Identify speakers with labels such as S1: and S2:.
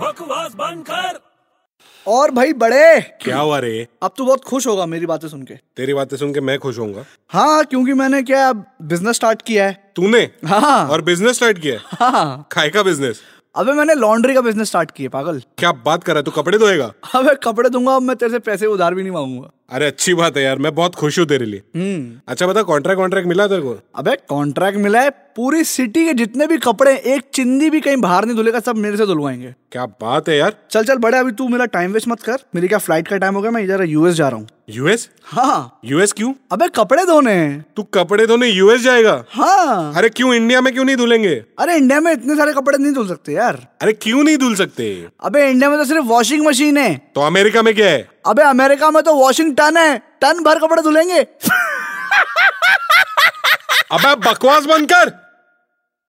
S1: बकवास बंद कर
S2: और भाई बड़े
S3: क्या हुआ रे
S2: अब तो बहुत खुश होगा मेरी बातें सुन के
S3: तेरी बातें सुन के मैं खुश होऊंगा
S2: हाँ क्योंकि मैंने क्या बिजनेस स्टार्ट किया है
S3: तूने
S2: हाँ
S3: और बिजनेस स्टार्ट किया है?
S2: हाँ
S3: खाए का बिजनेस
S2: अबे मैंने लॉन्ड्री का बिजनेस स्टार्ट किया पागल
S3: क्या बात कर रहा है तू कपड़े धोएगा
S2: अबे कपड़े दूंगा अब मैं तेरे से पैसे उधार भी नहीं मांगूंगा
S3: अरे अच्छी बात है यार मैं बहुत खुश हूँ तेरे लिए
S2: हम्म
S3: अच्छा बता कॉन्ट्रैक्ट कॉन्ट्रैक्ट मिला तेरे को
S2: अबे कॉन्ट्रैक्ट मिला है पूरी सिटी के जितने भी कपड़े हैं, एक चिंदी भी कहीं बाहर नहीं धुलेगा सब मेरे से धुलवाएंगे
S3: क्या बात है यार
S2: चल चल बड़े अभी तू मेरा टाइम वेस्ट मत कर मेरी क्या फ्लाइट का टाइम हो गया मैं इधर यूएस जा रहा हूँ
S3: यूएस
S2: हाँ
S3: यूएस क्यों
S2: अबे कपड़े धोने हैं
S3: तू कपड़े धोने यूएस जाएगा
S2: हाँ
S3: अरे क्यों इंडिया में क्यों नहीं धुलेंगे
S2: अरे इंडिया में इतने सारे कपड़े नहीं धुल सकते यार
S3: अरे क्यों नहीं धुल सकते
S2: अबे इंडिया में तो सिर्फ वॉशिंग मशीन है
S3: तो अमेरिका में क्या है
S2: अबे अमेरिका में तो वॉशिंग टन है टन भर कपड़े धुलेंगे
S3: अब बकवास बंद कर